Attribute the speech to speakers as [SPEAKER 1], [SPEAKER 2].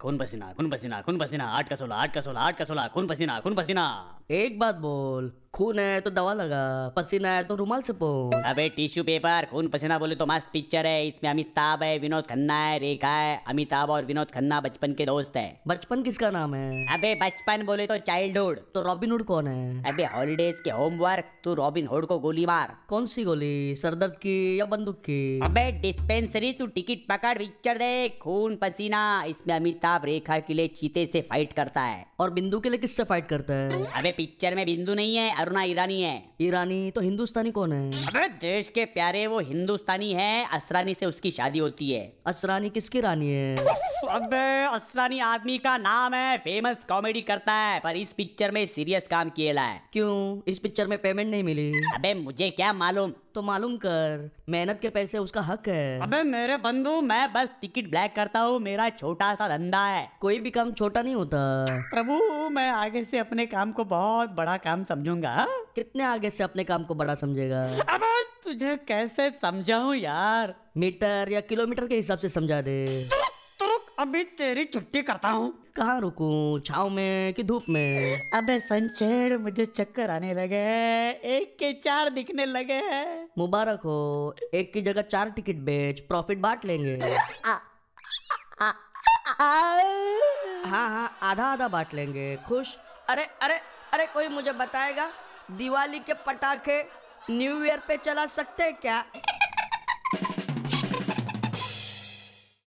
[SPEAKER 1] खून पसीना खून पसीना खून पसीना आठ का सोलह आठ का सोलह आठ का सोलह खून पसीना खून पसीना
[SPEAKER 2] एक बात बोल खून है तो दवा लगा पसीना है तो रुमाल से पोंछ
[SPEAKER 1] अबे टिश्यू पेपर खून पसीना बोले तो मस्त पिक्चर है इसमें अमिताभ है विनोद खन्ना है रेखा है अमिताभ और विनोद खन्ना बचपन के दोस्त है
[SPEAKER 2] बचपन किसका नाम है
[SPEAKER 1] अबे बचपन बोले तो चाइल्डहुड
[SPEAKER 2] तो रॉबिन हुड कौन है
[SPEAKER 1] अबे हॉलीडेज के होमवर्क तू रॉबिन हुड को गोली मार
[SPEAKER 2] कौन सी गोली सरदर्द की या बंदूक की
[SPEAKER 1] अबे डिस्पेंसरी तू टिकट पकड़ पिक्चर देख खून पसीना इसमें अमिताभ रेखा के लिए चीते से फाइट करता है
[SPEAKER 2] और बिंदु के लिए किससे फाइट करता है
[SPEAKER 1] अबे पिक्चर में बिंदु नहीं है अरुणा ईरानी है
[SPEAKER 2] ईरानी तो हिंदुस्तानी कौन है
[SPEAKER 1] अबे देश के प्यारे वो हिंदुस्तानी है असरानी से उसकी शादी होती है
[SPEAKER 2] असरानी किसकी रानी है
[SPEAKER 1] अबे असरानी आदमी का नाम है फेमस कॉमेडी करता है पर इस पिक्चर में सीरियस काम किएला है
[SPEAKER 2] क्यों इस पिक्चर में पेमेंट नहीं मिली
[SPEAKER 1] अबे मुझे क्या मालूम
[SPEAKER 2] तो मालूम कर मेहनत के पैसे उसका हक है
[SPEAKER 1] अबे मेरे बंधु मैं बस टिकट ब्लैक करता हूँ मेरा छोटा सा धंधा है
[SPEAKER 2] कोई भी काम छोटा नहीं होता
[SPEAKER 1] प्रभु मैं आगे से अपने काम को बहुत बड़ा काम समझूंगा हाँ?
[SPEAKER 2] कितने आगे से अपने काम को बड़ा समझेगा
[SPEAKER 1] अबे तुझे कैसे समझाऊं यार
[SPEAKER 2] मीटर या किलोमीटर के हिसाब से समझा दे
[SPEAKER 1] तो रुक अभी तेरी छुट्टी करता हूँ
[SPEAKER 2] कहाँ रुकूं छाव में कि धूप में
[SPEAKER 1] अबे संचेड़ मुझे चक्कर आने लगे हैं। एक के चार दिखने लगे हैं।
[SPEAKER 2] मुबारक हो एक की जगह चार टिकट बेच प्रॉफिट बांट लेंगे हाँ हाँ आधा आधा बांट लेंगे खुश अरे अरे अरे कोई मुझे बताएगा दिवाली के पटाखे न्यू ईयर पे चला सकते हैं क्या